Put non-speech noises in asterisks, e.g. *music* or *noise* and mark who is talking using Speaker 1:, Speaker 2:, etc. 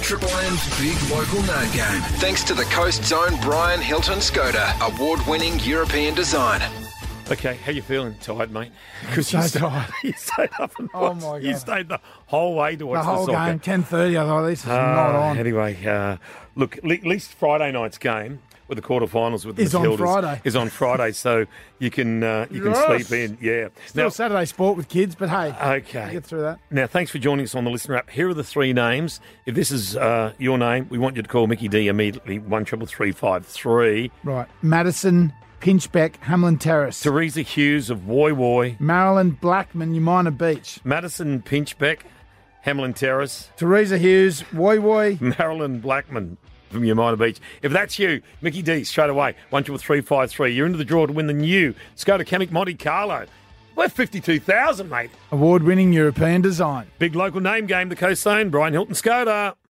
Speaker 1: Triple M's big local nerd game. Thanks to the Coast's own Brian Hilton Skoda, award winning European design.
Speaker 2: Okay, how you feeling? Tired, mate? Because
Speaker 3: so
Speaker 2: you, stayed-
Speaker 3: tired.
Speaker 2: *laughs* you stayed up and
Speaker 3: Oh,
Speaker 2: watched-
Speaker 3: my
Speaker 2: you
Speaker 3: God.
Speaker 2: stayed the whole way to watch
Speaker 3: The
Speaker 2: the,
Speaker 3: whole
Speaker 2: soccer.
Speaker 3: game, ten thirty. I thought this is not
Speaker 2: Uh,
Speaker 3: on.
Speaker 2: Anyway, uh, look, le- at least Friday night's game with the quarterfinals with the
Speaker 3: Is on
Speaker 2: Matildas
Speaker 3: Friday.
Speaker 2: is on Friday, so you can uh, you can
Speaker 3: Yes.
Speaker 2: sleep in. Yeah.
Speaker 3: Still
Speaker 2: Now-
Speaker 3: Saturday sport with kids, but hey,
Speaker 2: Okay.
Speaker 3: get through that.
Speaker 2: Now, thanks for joining us on the listener app. Here are the three names. If this is uh, your name, we want you to call Mickey D immediately one triple three five three.
Speaker 3: Right, Madison Pinchbeck, Hamlin Terrace,
Speaker 2: Teresa Hughes of Woi Woi,
Speaker 3: Marilyn Blackman, Umina Beach,
Speaker 2: Madison Pinchbeck, Hamlin Terrace,
Speaker 3: Teresa Hughes, Woi Woi.
Speaker 2: Marilyn Blackman from Yamina Beach. If that's you, Mickey D straight away one triple three five three. You're into the draw to win the new Skoda Kamiq Monte Carlo. We're fifty two thousand, mate.
Speaker 3: Award-winning European design.
Speaker 2: Big local name game, the Coast Zone. Brian Hilton Skoda.